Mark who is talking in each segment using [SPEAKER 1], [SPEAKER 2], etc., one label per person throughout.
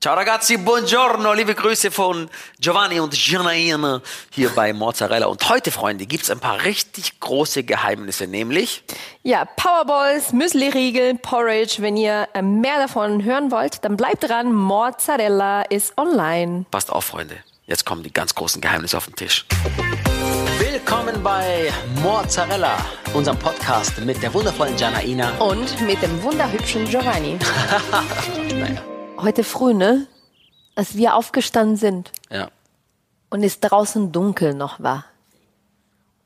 [SPEAKER 1] Ciao ragazzi, buongiorno, liebe Grüße von Giovanni und Janaina hier bei Mozzarella. Und heute, Freunde, gibt's ein paar richtig große Geheimnisse, nämlich
[SPEAKER 2] Ja, Powerballs, Müsli-Riegel, Porridge. Wenn ihr äh, mehr davon hören wollt, dann bleibt dran. Mozzarella ist online.
[SPEAKER 1] Passt auf, Freunde. Jetzt kommen die ganz großen Geheimnisse auf den Tisch. Willkommen bei Mozzarella, unserem Podcast mit der wundervollen Janaina.
[SPEAKER 3] Und mit dem wunderhübschen Giovanni.
[SPEAKER 2] Heute früh, ne? Als wir aufgestanden sind
[SPEAKER 1] Ja,
[SPEAKER 2] und es draußen dunkel noch war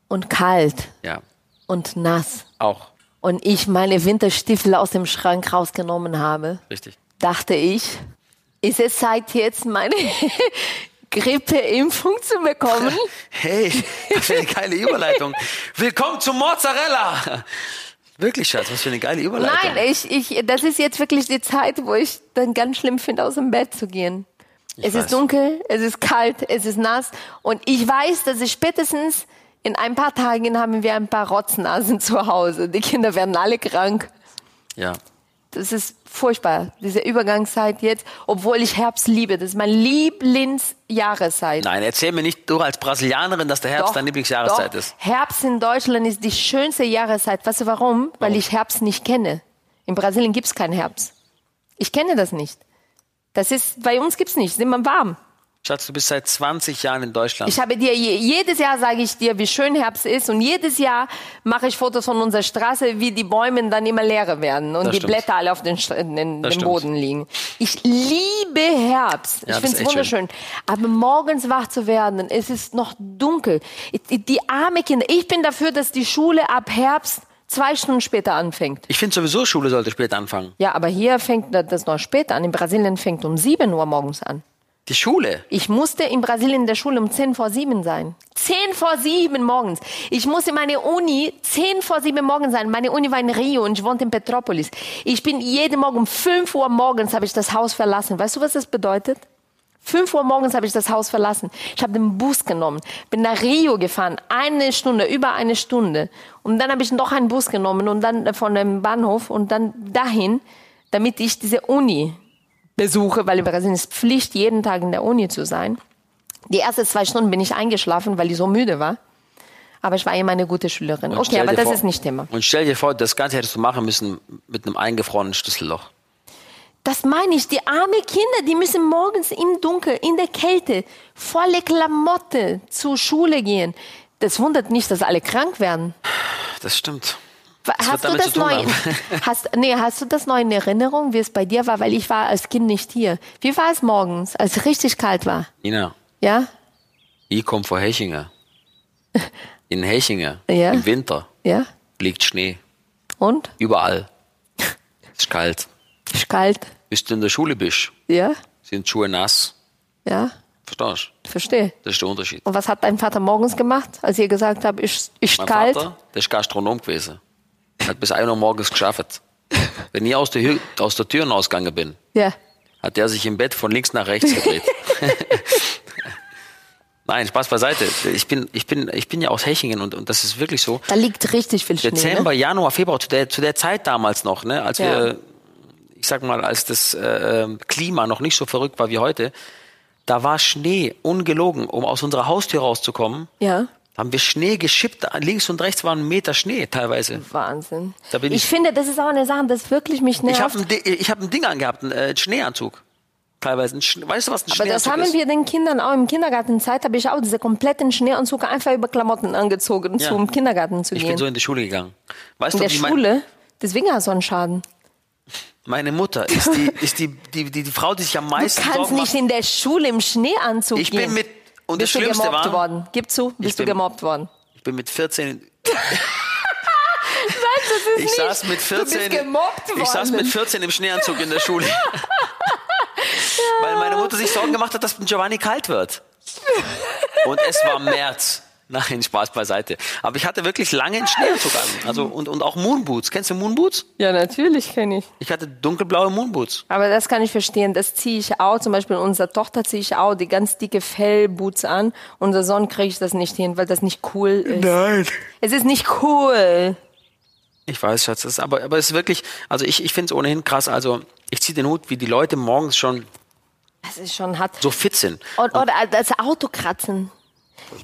[SPEAKER 2] und kalt
[SPEAKER 1] ja,
[SPEAKER 2] und nass
[SPEAKER 1] auch,
[SPEAKER 2] und ich meine Winterstiefel aus dem Schrank rausgenommen habe,
[SPEAKER 1] richtig.
[SPEAKER 2] dachte ich, ist es Zeit jetzt meine Grippeimpfung zu bekommen?
[SPEAKER 1] Hey, das wäre eine geile Überleitung. Willkommen zu Mozzarella. Wirklich, Schatz, was für eine geile Überleitung.
[SPEAKER 2] Nein, ich, ich, das ist jetzt wirklich die Zeit, wo ich dann ganz schlimm finde, aus dem Bett zu gehen. es
[SPEAKER 1] weiß.
[SPEAKER 2] ist dunkel, es ist kalt, es ist nass und ich weiß, dass ich spätestens in ein paar Tagen haben wir ein paar Rotznasen zu Hause. Die Kinder werden alle krank.
[SPEAKER 1] Ja,
[SPEAKER 2] Das ist furchtbar, diese Übergangszeit jetzt, obwohl ich Herbst liebe. Das ist meine Lieblingsjahreszeit.
[SPEAKER 1] Nein, erzähl mir nicht, du als Brasilianerin, dass der Herbst deine Lieblingsjahreszeit
[SPEAKER 2] doch.
[SPEAKER 1] ist.
[SPEAKER 2] Herbst in Deutschland ist die schönste Jahreszeit. Weißt du warum? Weil ich Herbst nicht kenne. In Brasilien gibt es keinen Herbst. Ich kenne das nicht. Das ist, bei uns gibt es nicht, sind wir warm.
[SPEAKER 1] Schatz, du bist seit 20 Jahren in Deutschland.
[SPEAKER 2] Ich habe dir, je, jedes Jahr sage ich dir, wie schön Herbst ist und jedes Jahr mache ich Fotos von unserer Straße, wie die Bäume dann immer leerer werden und
[SPEAKER 1] Das
[SPEAKER 2] die
[SPEAKER 1] stimmt.
[SPEAKER 2] Blätter alle auf den, St- in den,
[SPEAKER 1] Das
[SPEAKER 2] dem
[SPEAKER 1] stimmt.
[SPEAKER 2] Boden liegen. Ich liebe Herbst.
[SPEAKER 1] Ja, das
[SPEAKER 2] ich
[SPEAKER 1] ist
[SPEAKER 2] finde es
[SPEAKER 1] echt
[SPEAKER 2] wunderschön. Aber morgens wach zu werden, es ist noch dunkel. Ich- Die, die arme Kinder. Ich bin dafür, dass die Schule ab Herbst zwei Stunden später anfängt.
[SPEAKER 1] Ich finde sowieso, Schule sollte spät anfangen.
[SPEAKER 2] Ja, aber hier fängt das noch später an. In Brasilien fängt um 7 Uhr morgens an.
[SPEAKER 1] Die Schule?
[SPEAKER 2] Ich musste in Brasilien in der Schule um 10 vor 7 sein. 10 vor 7 morgens. Ich musste meine Uni 10 vor 7 morgens sein. Meine Uni war in Rio und ich wohnte in Petropolis. Ich bin jeden Morgen um 5 Uhr morgens habe ich das Haus verlassen. Weißt du, was das bedeutet? 5 Uhr morgens habe ich das Haus verlassen. Ich habe den Bus genommen, bin nach Rio gefahren, eine Stunde, über eine Stunde. Und dann habe ich noch einen Bus genommen und dann von dem Bahnhof und dann dahin, damit ich diese Uni besuche, weil in Brasilien ist Pflicht, jeden Tag in der Uni zu sein. Die ersten zwei Stunden bin ich eingeschlafen, weil ich so müde war. Aber ich war immer eine gute Schülerin.
[SPEAKER 1] Und
[SPEAKER 2] Okay,
[SPEAKER 1] stell
[SPEAKER 2] aber
[SPEAKER 1] dir
[SPEAKER 2] das
[SPEAKER 1] vor-
[SPEAKER 2] ist nicht Thema.
[SPEAKER 1] Und stell dir vor, das Ganze hättest du machen müssen mit einem eingefrorenen Schlüsselloch.
[SPEAKER 2] Das meine ich. Die armen Kinder, die müssen morgens im Dunkel, in der Kälte, volle Klamotte zur Schule gehen. Das wundert nicht, dass alle krank werden.
[SPEAKER 1] Das stimmt. wird
[SPEAKER 2] Hast du,
[SPEAKER 1] damit
[SPEAKER 2] das
[SPEAKER 1] zu tun
[SPEAKER 2] neu,
[SPEAKER 1] haben.
[SPEAKER 2] hast, nee, hast du das neu in Erinnerung, wie es bei dir war? Weil ich war als Kind nicht hier. Wie war es morgens, als es richtig kalt war?
[SPEAKER 1] Nina,
[SPEAKER 2] Ja?
[SPEAKER 1] ich komme von Hechinger. In Hechinger,
[SPEAKER 2] Ja.
[SPEAKER 1] im Winter,
[SPEAKER 2] Ja?
[SPEAKER 1] liegt Schnee.
[SPEAKER 2] Und?
[SPEAKER 1] Überall. Es ist kalt.
[SPEAKER 2] Ist kalt?
[SPEAKER 1] Bis du in der Schule bist,
[SPEAKER 2] Ja?
[SPEAKER 1] sind die Schuhe nass.
[SPEAKER 2] Ja?
[SPEAKER 1] Verstehst du?
[SPEAKER 2] Verstehe.
[SPEAKER 1] Das ist der Unterschied.
[SPEAKER 2] Und was hat dein Vater morgens gemacht, als ihr gesagt habt, ist, ist kalt?
[SPEAKER 1] Vater, der ist Gastronom gewesen. Er hat bis 1 Uhr morgens geschafft. Wenn ich aus der, Hü- aus der Tür rausgegangen bin,
[SPEAKER 2] Ja.
[SPEAKER 1] hat er sich im Bett von links nach rechts gedreht. Nein, Spaß beiseite. Ich bin, ich bin, ich bin ja aus Hechingen und, und das ist wirklich so.
[SPEAKER 2] Da liegt richtig viel Schnee.
[SPEAKER 1] Dezember,
[SPEAKER 2] ne?
[SPEAKER 1] Januar, Februar, zu der, zu der Zeit damals noch, ne, als
[SPEAKER 2] Ja.
[SPEAKER 1] wir, ich sag mal, als das äh, ähm, Klima noch nicht so verrückt war wie heute, da war Schnee, ungelogen, um aus unserer Haustür rauszukommen.
[SPEAKER 2] Ja.
[SPEAKER 1] Haben wir Schnee geschippt, links und rechts waren ein Meter Schnee teilweise.
[SPEAKER 2] Wahnsinn.
[SPEAKER 1] Da bin ich-
[SPEAKER 2] finde, das ist auch eine Sache, das wirklich mich nervt.
[SPEAKER 1] Ich habe ein, Di- ich hab ein Ding angehabt, einen äh, Schneeanzug. Teilweise. Ein Schne weißt du, was ein
[SPEAKER 2] aber das
[SPEAKER 1] Schneeanzug
[SPEAKER 2] haben
[SPEAKER 1] ist?
[SPEAKER 2] wir den Kindern auch im Kindergartenzeit, habe ich auch diese kompletten Schneeanzug einfach über Klamotten angezogen,
[SPEAKER 1] Ja.
[SPEAKER 2] zum Kindergarten zu
[SPEAKER 1] ich
[SPEAKER 2] gehen.
[SPEAKER 1] bin so in die Schule gegangen. Weißt
[SPEAKER 2] in
[SPEAKER 1] du,
[SPEAKER 2] der
[SPEAKER 1] wie mein-
[SPEAKER 2] Schule, deswegen hast du einen Schaden.
[SPEAKER 1] meine Mutter ist, die, ist die, die, die, die Frau, die sich am
[SPEAKER 2] Du
[SPEAKER 1] meisten
[SPEAKER 2] kannst
[SPEAKER 1] Sorgen
[SPEAKER 2] nicht
[SPEAKER 1] macht.
[SPEAKER 2] in der Schule im Schneeanzug
[SPEAKER 1] Ich
[SPEAKER 2] gehen.
[SPEAKER 1] bin mit, und das
[SPEAKER 2] bist du
[SPEAKER 1] Schlimmste
[SPEAKER 2] gemobbt
[SPEAKER 1] war,
[SPEAKER 2] worden? Gib zu, bist du
[SPEAKER 1] bin-
[SPEAKER 2] gemobbt worden?
[SPEAKER 1] ich bin mit 14
[SPEAKER 2] Nein, das ist
[SPEAKER 1] Ich
[SPEAKER 2] nicht.
[SPEAKER 1] saß mit 14.
[SPEAKER 2] du bist gemobbt worden.
[SPEAKER 1] Ich saß mit 14 im Schneeanzug in der Schule. Weil meine Mutter sich Sorgen gemacht hat, dass Giovanni kalt wird. Und es war März. Nein, Spaß beiseite. Aber ich hatte wirklich lange einen Schneeanzug an. Also, und, und auch Moonboots. Kennst du Moonboots?
[SPEAKER 2] Ja, natürlich kenne ich.
[SPEAKER 1] Ich hatte dunkelblaue Moonboots.
[SPEAKER 2] Aber das kann ich verstehen. Das ziehe ich auch. Zum Beispiel unsere Tochter ziehe ich auch die ganz dicke Fellboots an. Unser Sohn kriege ich das nicht hin, weil das nicht cool ist.
[SPEAKER 1] Nein.
[SPEAKER 2] Es ist nicht cool.
[SPEAKER 1] Ich weiß, Schatz. Das ist aber, aber es ist wirklich, also ich, ich finde es ohnehin krass. Also ich ziehe den Hut, wie die Leute morgens schon
[SPEAKER 2] Das ist schon hart.
[SPEAKER 1] So fit sind.
[SPEAKER 2] Und, oder das Auto kratzen.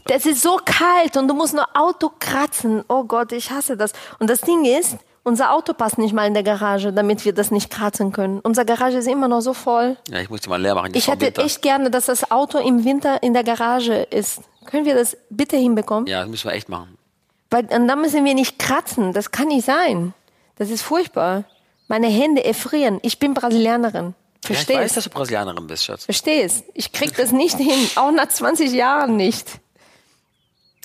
[SPEAKER 2] Das ist so kalt und du musst nur Auto kratzen. Oh Gott, ich hasse das. Und das Ding ist, unser Auto passt nicht mal in der Garage, damit wir das nicht kratzen können. Unser Garage ist immer noch so voll.
[SPEAKER 1] Ja, ich muss die mal leer machen. die
[SPEAKER 2] Ich
[SPEAKER 1] vom
[SPEAKER 2] hätte
[SPEAKER 1] Winter.
[SPEAKER 2] echt gerne, dass das Auto im Winter in der Garage ist. Können wir das bitte hinbekommen?
[SPEAKER 1] Ja, das müssen wir echt machen.
[SPEAKER 2] Weil und dann müssen wir nicht kratzen. Das kann nicht sein. Das ist furchtbar. Meine Hände erfrieren. Ich bin Brasilianerin.
[SPEAKER 1] Ja, ich
[SPEAKER 2] Verstehst?
[SPEAKER 1] weiß, dass du Brasilianerin bist, Schatz.
[SPEAKER 2] Verstehst? Ich krieg das nicht hin, auch nach 20 Jahren nicht.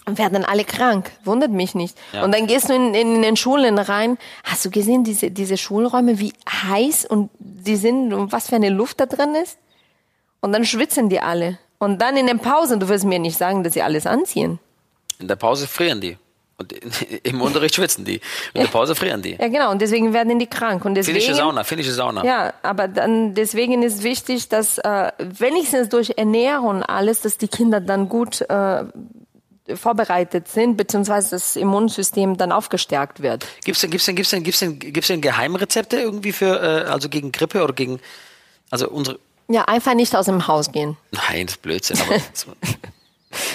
[SPEAKER 2] Und werden alle krank, wundert mich nicht.
[SPEAKER 1] Ja.
[SPEAKER 2] Und dann gehst du in, in, in den Schulen rein. Hast du gesehen, diese, diese Schulräume, wie heiß und die sind und was für eine Luft da drin ist? Und dann schwitzen die alle. Und dann in den Pausen, du wirst mir nicht sagen, dass sie alles anziehen.
[SPEAKER 1] In der Pause frieren die. Und im Unterricht schwitzen die. In der Pause frieren die.
[SPEAKER 2] Ja, genau. Und deswegen werden die krank. Und deswegen,
[SPEAKER 1] Finnische Sauna, finnische Sauna.
[SPEAKER 2] Ja, aber dann deswegen ist wichtig, dass äh, wenigstens durch Ernährung und alles, dass die Kinder dann gut äh, vorbereitet sind, beziehungsweise das Immunsystem dann aufgestärkt wird.
[SPEAKER 1] Gibt's denn, gibt's denn, gibt's denn, gibt's denn, gibt's denn Geheimrezepte irgendwie für, äh, also gegen Grippe oder gegen, also unsere,
[SPEAKER 2] Ja, einfach nicht aus dem Haus gehen.
[SPEAKER 1] nein, das ist Blödsinn, aber so-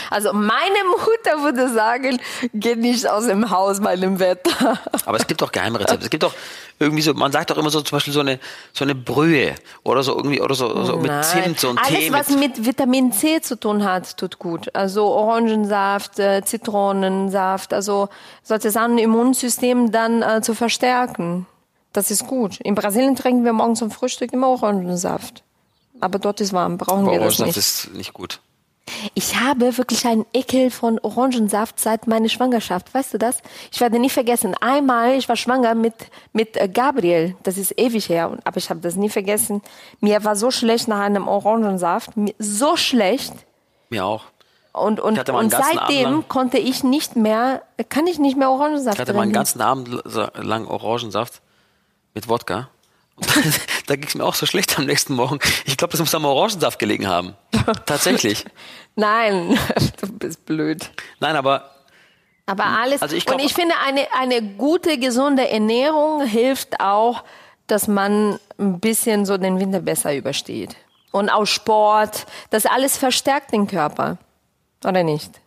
[SPEAKER 2] Also meine Mutter würde sagen, geh nicht aus dem Haus bei dem Wetter.
[SPEAKER 1] Aber es gibt doch Geheimrezepte. Es gibt doch irgendwie so, man sagt doch immer so zum Beispiel so eine, so eine Brühe oder so irgendwie, oder so, so mit Zimt, so ein
[SPEAKER 2] Alles,
[SPEAKER 1] Tee.
[SPEAKER 2] was
[SPEAKER 1] mit,
[SPEAKER 2] mit Vitamin C zu tun hat, tut gut. Also Orangensaft, äh, Zitronensaft, also sollte sein Immunsystem dann äh, zu verstärken. Das ist gut. In Brasilien trinken wir morgens zum Frühstück immer Orangensaft. Aber dort ist warm, brauchen wir das
[SPEAKER 1] Orangensaft
[SPEAKER 2] nicht.
[SPEAKER 1] ist nicht gut.
[SPEAKER 2] Ich habe wirklich einen Ekel von Orangensaft seit meiner Schwangerschaft. Weißt du das? Ich werde nie vergessen. Einmal, ich war schwanger mit, mit äh, Gabriel. Das ist ewig her. Und- Aber ich habe das nie vergessen. Mir war so schlecht nach einem Orangensaft. Mir- So schlecht.
[SPEAKER 1] Mir auch.
[SPEAKER 2] Und, und,
[SPEAKER 1] Ich hatte mal einen
[SPEAKER 2] und
[SPEAKER 1] ganzen Abend
[SPEAKER 2] seitdem
[SPEAKER 1] lang-
[SPEAKER 2] konnte ich nicht mehr, kann ich nicht mehr Orangensaft
[SPEAKER 1] Ich hatte mal einen
[SPEAKER 2] trinken.
[SPEAKER 1] ganzen Abend l- so- lang Orangensaft mit Wodka. Und dann- da ging es mir auch so schlecht am nächsten Morgen. Ich glaube, das muss am Orangensaft gelegen haben. Tatsächlich.
[SPEAKER 2] Nein, du bist blöd.
[SPEAKER 1] Nein, aber
[SPEAKER 2] Aber alles.
[SPEAKER 1] Also ich glaub-
[SPEAKER 2] und ich finde, eine, eine gute, gesunde Ernährung hilft auch, dass man ein bisschen so den Winter besser übersteht. Und auch Sport, das alles verstärkt den Körper. Oder nicht?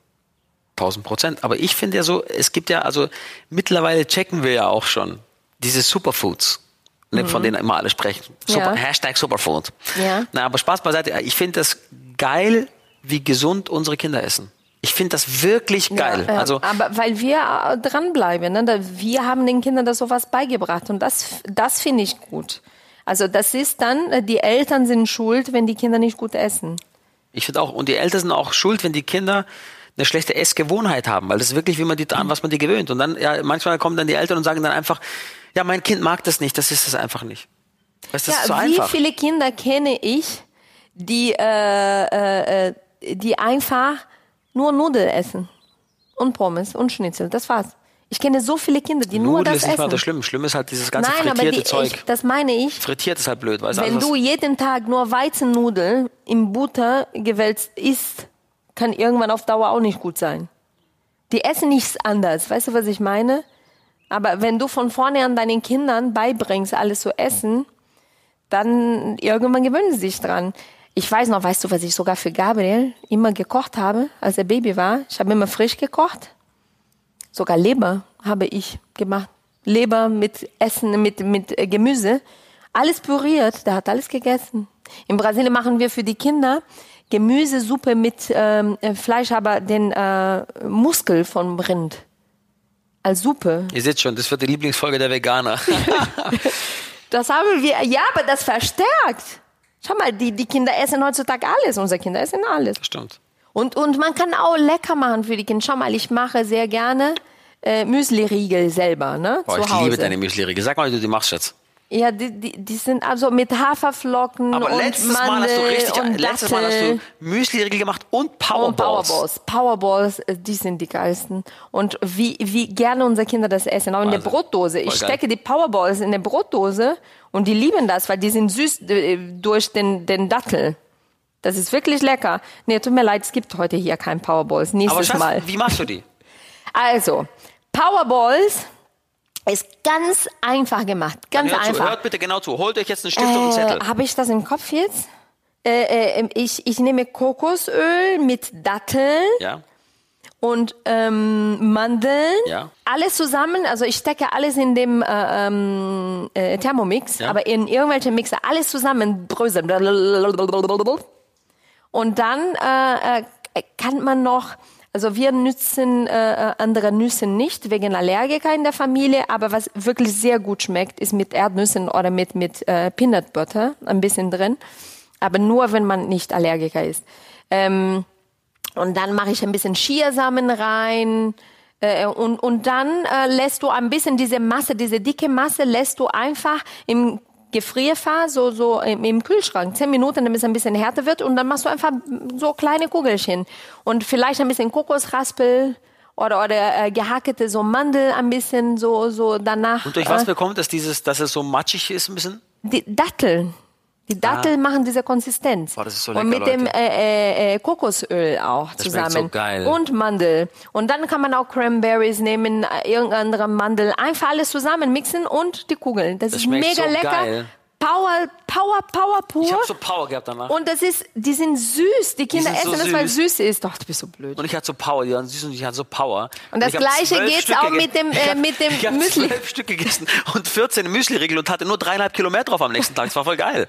[SPEAKER 1] 1000 Prozent. Aber ich finde ja so, es gibt ja, also mittlerweile checken wir ja auch schon diese Superfoods, ne, von denen immer alle sprechen. Super,
[SPEAKER 2] Mhm. Ja.
[SPEAKER 1] Hashtag Superfood.
[SPEAKER 2] Ja.
[SPEAKER 1] Na, aber Spaß beiseite. Ich finde das geil, wie gesund unsere Kinder essen. Ich finde das wirklich geil.
[SPEAKER 2] Ja, ja.
[SPEAKER 1] Also,
[SPEAKER 2] Aber weil wir äh, dranbleiben, ne? Da- wir haben den Kindern das sowas beigebracht und das, das finde ich gut. Also das ist dann, äh, die Eltern sind schuld, wenn die Kinder nicht gut essen.
[SPEAKER 1] ich finde auch, und die Eltern sind auch schuld, wenn die Kinder eine schlechte Essgewohnheit haben, weil das ist wirklich, wie man die, an was man die gewöhnt. Und dann, ja, manchmal kommen dann die Eltern und sagen dann einfach, ja, mein Kind mag das nicht, das ist es einfach nicht. Weißt, du, das ist so
[SPEAKER 2] ja, wie
[SPEAKER 1] einfach.
[SPEAKER 2] viele Kinder kenne ich, die, äh, äh, äh, die einfach nur Nudeln essen und Pommes und Schnitzel, das war's. Ich kenne so viele Kinder, die nur
[SPEAKER 1] Nudeln
[SPEAKER 2] das
[SPEAKER 1] ist nicht mal
[SPEAKER 2] essen.
[SPEAKER 1] so schlimm. Schlimm ist halt dieses ganze
[SPEAKER 2] Nein, aber
[SPEAKER 1] frittierte
[SPEAKER 2] die,
[SPEAKER 1] Zeug.
[SPEAKER 2] ich, das meine ich.
[SPEAKER 1] Frittiert ist halt blöd, weißt
[SPEAKER 2] Wenn
[SPEAKER 1] also
[SPEAKER 2] du jeden Tag nur Weizennudeln im Butter gewälzt isst, kann irgendwann auf Dauer auch nicht gut sein. Die essen nichts anders, weißt du, was ich meine? Aber wenn du von vornherein deinen Kindern beibringst, alles zu essen, dann irgendwann gewöhnen sie sich dran. Ich weiß noch, weißt du, was ich sogar für Gabriel immer gekocht habe, als er Baby war? Ich habe immer frisch gekocht. Sogar Leber habe ich gemacht. Leber mit Essen, mit, mit äh, Gemüse. Alles püriert, der hat alles gegessen. In Brasilien machen wir für die Kinder Gemüsesuppe mit ähm, äh, Fleisch, aber den äh, Muskel vom Rind. Als Suppe.
[SPEAKER 1] Ihr seht schon, das wird die Lieblingsfolge der Veganer.
[SPEAKER 2] Das haben wir, ja, aber das verstärkt. Schau mal, die, die Kinder essen heutzutage alles. Unsere Kinder essen alles.
[SPEAKER 1] Stimmt.
[SPEAKER 2] Und, und man kann auch lecker machen für die Kinder. Schau mal, ich mache sehr gerne äh, Müsli-Riegel selber, ne?
[SPEAKER 1] Boah,
[SPEAKER 2] zu
[SPEAKER 1] ich
[SPEAKER 2] Hause.
[SPEAKER 1] liebe deine Müsli-Riegel. Sag mal, wie du die machst, Schatz.
[SPEAKER 2] Ja, die, die, die sind also mit Haferflocken
[SPEAKER 1] Aber
[SPEAKER 2] und
[SPEAKER 1] letztes
[SPEAKER 2] Mandel
[SPEAKER 1] Mal hast du richtig,
[SPEAKER 2] und
[SPEAKER 1] letztes Mal hast
[SPEAKER 2] Dattel
[SPEAKER 1] du Müsli-Riegel gemacht und
[SPEAKER 2] und
[SPEAKER 1] Powerballs.
[SPEAKER 2] Powerballs. Powerballs, äh, die sind die geilsten. Und wie, wie gerne unsere Kinder das essen. Auch in der
[SPEAKER 1] Wahnsinn.
[SPEAKER 2] Brotdose. Ich
[SPEAKER 1] Also, Voll geil.
[SPEAKER 2] stecke die Powerballs in der Brotdose und die lieben das, weil die sind süß äh, durch den, den Dattel. Das ist wirklich lecker. Nee, tut mir leid, es gibt heute hier kein Powerballs.
[SPEAKER 1] Aber
[SPEAKER 2] Nächstes
[SPEAKER 1] Schatz,
[SPEAKER 2] Mal.
[SPEAKER 1] wie machst du die?
[SPEAKER 2] Also, Powerballs ist ganz einfach gemacht. Ganz
[SPEAKER 1] Hört, zu,
[SPEAKER 2] einfach.
[SPEAKER 1] hört bitte genau zu. Holt euch jetzt einen Stift und einen
[SPEAKER 2] Äh,
[SPEAKER 1] Zettel.
[SPEAKER 2] Habe ich das im Kopf jetzt? äh, äh, ich, ich nehme Kokosöl mit Datteln
[SPEAKER 1] Ja,
[SPEAKER 2] und ähm, Mandeln.
[SPEAKER 1] Ja.
[SPEAKER 2] Alles zusammen, also ich stecke alles in dem äh, ähm, äh, Thermomix,
[SPEAKER 1] Ja.
[SPEAKER 2] aber in irgendwelche Mixer, alles zusammen bröseln. Und dann äh, äh, kann man noch, also wir nützen äh, äh, andere Nüsse nicht wegen Allergiker in der Familie, aber was wirklich sehr gut schmeckt, ist mit Erdnüssen oder mit, mit äh, Peanut Butter ein bisschen drin. Aber nur, wenn man nicht Allergiker ist. Ähm, und dann mache ich ein bisschen Chiasamen rein. Äh, und, und dann äh, lässt du ein bisschen diese Masse, diese dicke Masse, lässt du einfach im Gefrierfach, so, so im, im Kühlschrank, zehn Minuten, damit es ein bisschen härter wird. Und dann machst du einfach so kleine Kugelchen. Und vielleicht ein bisschen Kokosraspel oder, oder äh, gehackte so Mandel ein bisschen so, so danach. äh,
[SPEAKER 1] und durch was bekommt es dieses, dass es so matschig ist ein bisschen?
[SPEAKER 2] Die Datteln. Die Datteln machen diese Konsistenz.
[SPEAKER 1] Ah. Boah, das ist so
[SPEAKER 2] Und
[SPEAKER 1] lecker,
[SPEAKER 2] mit dem äh, äh, äh, Kokosöl auch
[SPEAKER 1] schmeckt
[SPEAKER 2] zusammen.
[SPEAKER 1] so geil.
[SPEAKER 2] Und Mandel. Und dann kann man auch Cranberries nehmen, äh, irgendeine andere Mandel. Einfach alles zusammen mixen und die Kugeln. Das, ist
[SPEAKER 1] schmeckt
[SPEAKER 2] mega
[SPEAKER 1] so
[SPEAKER 2] lecker.
[SPEAKER 1] geil.
[SPEAKER 2] Power, Power, Power pur.
[SPEAKER 1] Ich habe so Power gehabt danach.
[SPEAKER 2] und das ist, die sind süß. Die Kinder
[SPEAKER 1] sind so
[SPEAKER 2] essen das, weil es
[SPEAKER 1] süß.
[SPEAKER 2] süß ist. Doch, du bist so blöd.
[SPEAKER 1] Und ich hatte so Power, die waren süß und ich hatte so Power.
[SPEAKER 2] Und das
[SPEAKER 1] ich hab
[SPEAKER 2] Gleiche
[SPEAKER 1] zwölf
[SPEAKER 2] geht's
[SPEAKER 1] Stück
[SPEAKER 2] auch
[SPEAKER 1] gegessen.
[SPEAKER 2] mit dem, äh,
[SPEAKER 1] Ich hab-
[SPEAKER 2] mit dem
[SPEAKER 1] ich hab
[SPEAKER 2] Müsli.
[SPEAKER 1] zwölf Stück gegessen und 14 Müsli-Riegel und hatte nur dreieinhalb Kilo mehr drauf am nächsten Tag. Das war voll geil.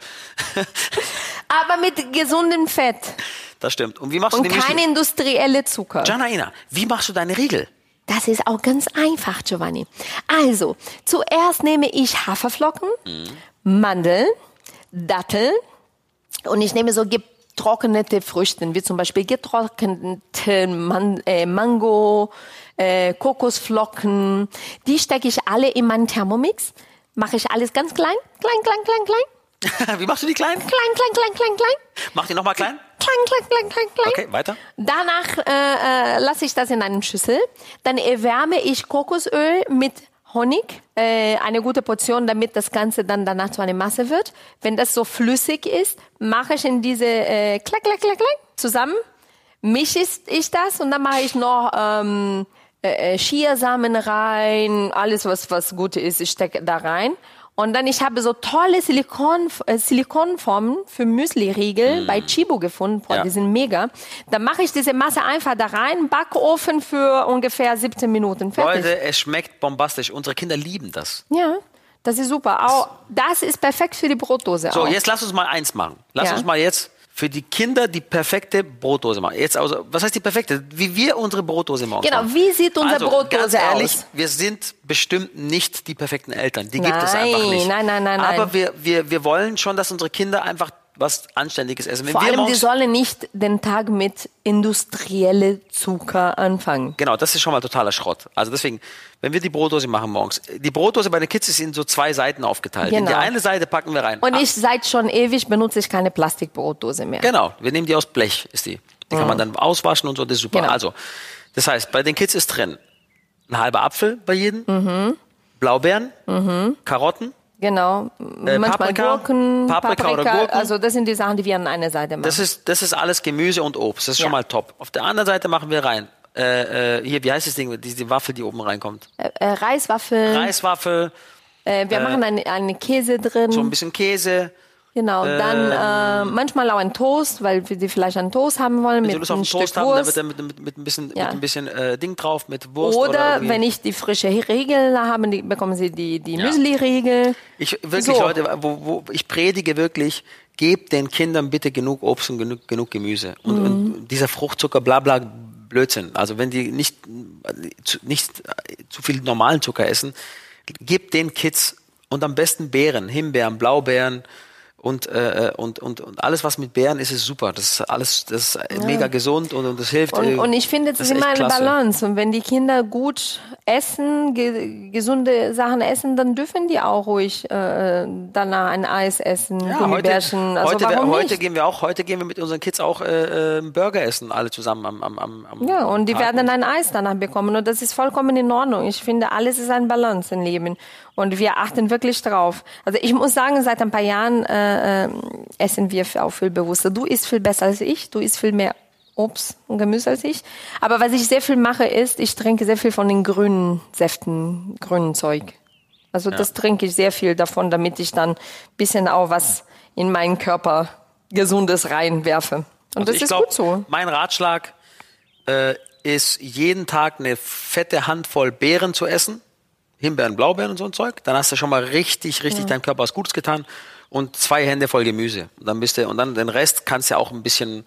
[SPEAKER 2] Aber mit gesundem Fett.
[SPEAKER 1] Das stimmt. Und wie machst
[SPEAKER 2] Und
[SPEAKER 1] du die Müsli?
[SPEAKER 2] keine industrielle Zucker.
[SPEAKER 1] Janaina, wie machst du deine Riegel?
[SPEAKER 2] Das ist auch ganz einfach, Giovanni. Also, zuerst nehme ich Haferflocken, Mandeln, Datteln und ich nehme so getrocknete Früchte, wie zum Beispiel getrocknete Man äh, Mango, äh, Kokosflocken. Die stecke ich alle in meinen Thermomix, mache ich alles ganz klein, klein, klein, klein, klein,
[SPEAKER 1] wie machst du die kleinen?
[SPEAKER 2] klein, klein, klein, klein, klein,
[SPEAKER 1] Mach die nochmal klein.
[SPEAKER 2] klein, klein, klein, klein, klein.
[SPEAKER 1] Okay, weiter.
[SPEAKER 2] Danach äh, äh, lasse ich das in einen Schüssel. Dann erwärme ich Kokosöl mit Honig, äh, eine gute Portion, damit das Ganze dann danach zu einer Masse wird. Wenn das so flüssig ist, mache ich in diese äh, klack, klack, klack, klack zusammen, mische ich- ich das und dann mache ich noch ähm, äh, äh, Chiasamen rein, alles was was gut ist, ich stecke da rein. Und dann, ich habe so tolle Silikon, äh, Silikonformen für Müsli-Riegel bei Chibo gefunden. Boah,
[SPEAKER 1] Mm. Ja.
[SPEAKER 2] die sind mega. Dann mache ich diese Masse einfach da rein, Backofen für ungefähr 17 Minuten. Fertig.
[SPEAKER 1] Leute, es schmeckt bombastisch. Unsere Kinder lieben das.
[SPEAKER 2] Ja, das ist super. Auch, das ist perfekt für die Brotdose
[SPEAKER 1] So,
[SPEAKER 2] auch.
[SPEAKER 1] jetzt lass uns mal eins machen. Lass
[SPEAKER 2] Ja.
[SPEAKER 1] uns mal jetzt für die Kinder die perfekte Brotdose machen. Jetzt also, was heißt die perfekte? Wie wir unsere Brotdose machen.
[SPEAKER 2] Genau, wie sieht unsere
[SPEAKER 1] also, ganz
[SPEAKER 2] Brotdose
[SPEAKER 1] ehrlich,
[SPEAKER 2] aus?
[SPEAKER 1] wir sind bestimmt nicht die perfekten Eltern. Die gibt es
[SPEAKER 2] Nein,
[SPEAKER 1] einfach nicht.
[SPEAKER 2] nein, nein, nein,
[SPEAKER 1] Aber
[SPEAKER 2] nein.
[SPEAKER 1] wir, wir, wir wollen schon, dass unsere Kinder einfach was Anständiges essen. Wenn
[SPEAKER 2] Vor
[SPEAKER 1] wir
[SPEAKER 2] allem, die
[SPEAKER 1] morgens-
[SPEAKER 2] sollen nicht den Tag mit industrielle Zucker anfangen.
[SPEAKER 1] Genau, das ist schon mal totaler Schrott. Also deswegen, wenn wir die Brotdose machen morgens, die Brotdose bei den Kids ist in so zwei Seiten aufgeteilt. In
[SPEAKER 2] Genau.
[SPEAKER 1] die eine Seite packen wir rein.
[SPEAKER 2] Und
[SPEAKER 1] Ah,
[SPEAKER 2] ich seit schon ewig benutze ich keine Plastikbrotdose mehr.
[SPEAKER 1] Genau, wir nehmen die aus Blech, ist die. Die kann man dann auswaschen und so, das ist super.
[SPEAKER 2] Mhm. Genau.
[SPEAKER 1] Also, das heißt, bei den Kids ist drin ein halber Apfel bei jedem,
[SPEAKER 2] Mhm.
[SPEAKER 1] Blaubeeren, Karotten,
[SPEAKER 2] Genau. Manchmal
[SPEAKER 1] Äh, Paprika?
[SPEAKER 2] Gurken,
[SPEAKER 1] Paprika oder Gurken?
[SPEAKER 2] Also das sind die Sachen, die wir an einer Seite machen.
[SPEAKER 1] das ist, das ist alles Gemüse und Obst, das ist schon
[SPEAKER 2] Ja.
[SPEAKER 1] mal top. Auf der anderen Seite machen wir rein, äh, äh, hier, wie heißt das Ding, diese Waffel, die oben reinkommt?
[SPEAKER 2] äh, Reiswaffeln,
[SPEAKER 1] Reiswaffel,
[SPEAKER 2] äh, wir machen einen, einen Käse drin.
[SPEAKER 1] so ein bisschen Käse,
[SPEAKER 2] genau. Dann äh, manchmal auch einen Toast, weil wir die vielleicht einen Toast haben wollen
[SPEAKER 1] Ähm. Wenn
[SPEAKER 2] mit
[SPEAKER 1] Sie Lust auf
[SPEAKER 2] ein
[SPEAKER 1] einen
[SPEAKER 2] Stück
[SPEAKER 1] Toast haben, dann
[SPEAKER 2] Wurst.
[SPEAKER 1] wird er mit, mit, mit ein bisschen,
[SPEAKER 2] Ja.
[SPEAKER 1] mit ein bisschen äh, Ding drauf, mit Wurst. Oder,
[SPEAKER 2] oder
[SPEAKER 1] irgendwie.
[SPEAKER 2] wenn ich die frische Regel haben, die, bekommen sie die, die
[SPEAKER 1] Ja.
[SPEAKER 2] Müsli-Regel.
[SPEAKER 1] ich wirklich,
[SPEAKER 2] So.
[SPEAKER 1] Leute, wo, wo, ich predige wirklich, gebt den Kindern bitte genug Obst und genug, genug Gemüse. Und,
[SPEAKER 2] Mhm.
[SPEAKER 1] und dieser Fruchtzucker, bla bla, Blödsinn. Also wenn die nicht, zu, nicht äh, zu viel normalen Zucker essen, gebt den Kids und am besten Beeren, Himbeeren, Blaubeeren und, äh, und, und, und alles, was mit Beeren ist, ist super. Das ist alles, das ist äh, mega gesund und, und das hilft. äh,
[SPEAKER 2] Und, und ich finde, es
[SPEAKER 1] das
[SPEAKER 2] ist immer
[SPEAKER 1] echt
[SPEAKER 2] eine
[SPEAKER 1] klasse.
[SPEAKER 2] Balance. Und wenn die Kinder gut essen, ge gesunde Sachen essen, dann dürfen die auch ruhig äh, danach ein Eis essen,
[SPEAKER 1] Ja,
[SPEAKER 2] Gummibärchen. also
[SPEAKER 1] heute,
[SPEAKER 2] warum
[SPEAKER 1] heute
[SPEAKER 2] nicht?
[SPEAKER 1] gehen wir auch, heute gehen wir mit unseren Kids auch äh, äh, Burger essen, alle zusammen am, am, am, am
[SPEAKER 2] Ja, und die
[SPEAKER 1] Tag.
[SPEAKER 2] werden ein Eis danach bekommen. Und das ist vollkommen in Ordnung. Ich finde, alles ist ein Balance im Leben. Und wir achten wirklich drauf. Also ich muss sagen, seit ein paar Jahren äh, äh, essen wir auch viel bewusster. Du isst viel besser als ich. Du isst viel mehr Obst und Gemüse als ich. Aber was ich sehr viel mache, ist, ich trinke sehr viel von den grünen Säften, grünen Zeug. Also das trinke ich sehr viel davon, damit ich dann bisschen auch was in meinen Körper Gesundes reinwerfe. Und das
[SPEAKER 1] Also ich
[SPEAKER 2] ist
[SPEAKER 1] glaub,
[SPEAKER 2] gut so.
[SPEAKER 1] Mein Ratschlag äh, ist, jeden Tag eine fette Handvoll Beeren zu essen. Himbeeren, Blaubeeren und so ein Zeug. Dann hast du schon mal richtig, richtig deinem Körper was Gutes getan. Und zwei Hände voll Gemüse. Und dann bist du, und dann den Rest kannst du ja auch ein bisschen,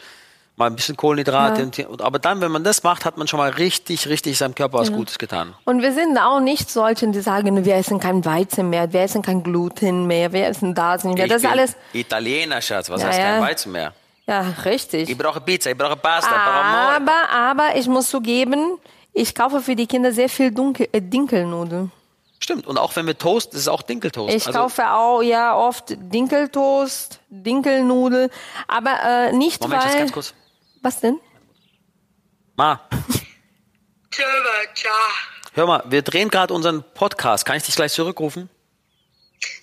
[SPEAKER 1] mal ein bisschen Kohlenhydrate. und- Und, aber dann, wenn man das macht, hat man schon mal richtig, richtig seinem Körper was Gutes getan.
[SPEAKER 2] Und wir sind auch nicht solche, die sagen, wir essen kein Weizen mehr, wir essen kein Gluten mehr, wir essen das nicht mehr. Das ist
[SPEAKER 1] bin
[SPEAKER 2] alles,
[SPEAKER 1] Italiener, Schatz. Was
[SPEAKER 2] Ja,
[SPEAKER 1] heißt kein
[SPEAKER 2] ja.
[SPEAKER 1] Weizen mehr?
[SPEAKER 2] ja, richtig.
[SPEAKER 1] Ich brauche Pizza, ich brauche Pasta, ich brauche Mord.
[SPEAKER 2] Aber, aber ich muss zugeben, ich kaufe für die Kinder sehr viel Dunkel, äh, Dinkelnudeln.
[SPEAKER 1] Stimmt. Und auch wenn wir Toast, das ist auch Dinkeltoast. Also,
[SPEAKER 2] Ich kaufe auch ja oft Dinkeltoast, Dinkelnudel, aber äh, nicht
[SPEAKER 1] Moment, jetzt
[SPEAKER 2] weil.
[SPEAKER 1] ganz kurz.
[SPEAKER 2] Was denn?
[SPEAKER 1] Ma,
[SPEAKER 4] Tschüss, ciao.
[SPEAKER 1] Hör mal, wir drehen gerade unseren Podcast. Kann ich dich gleich zurückrufen?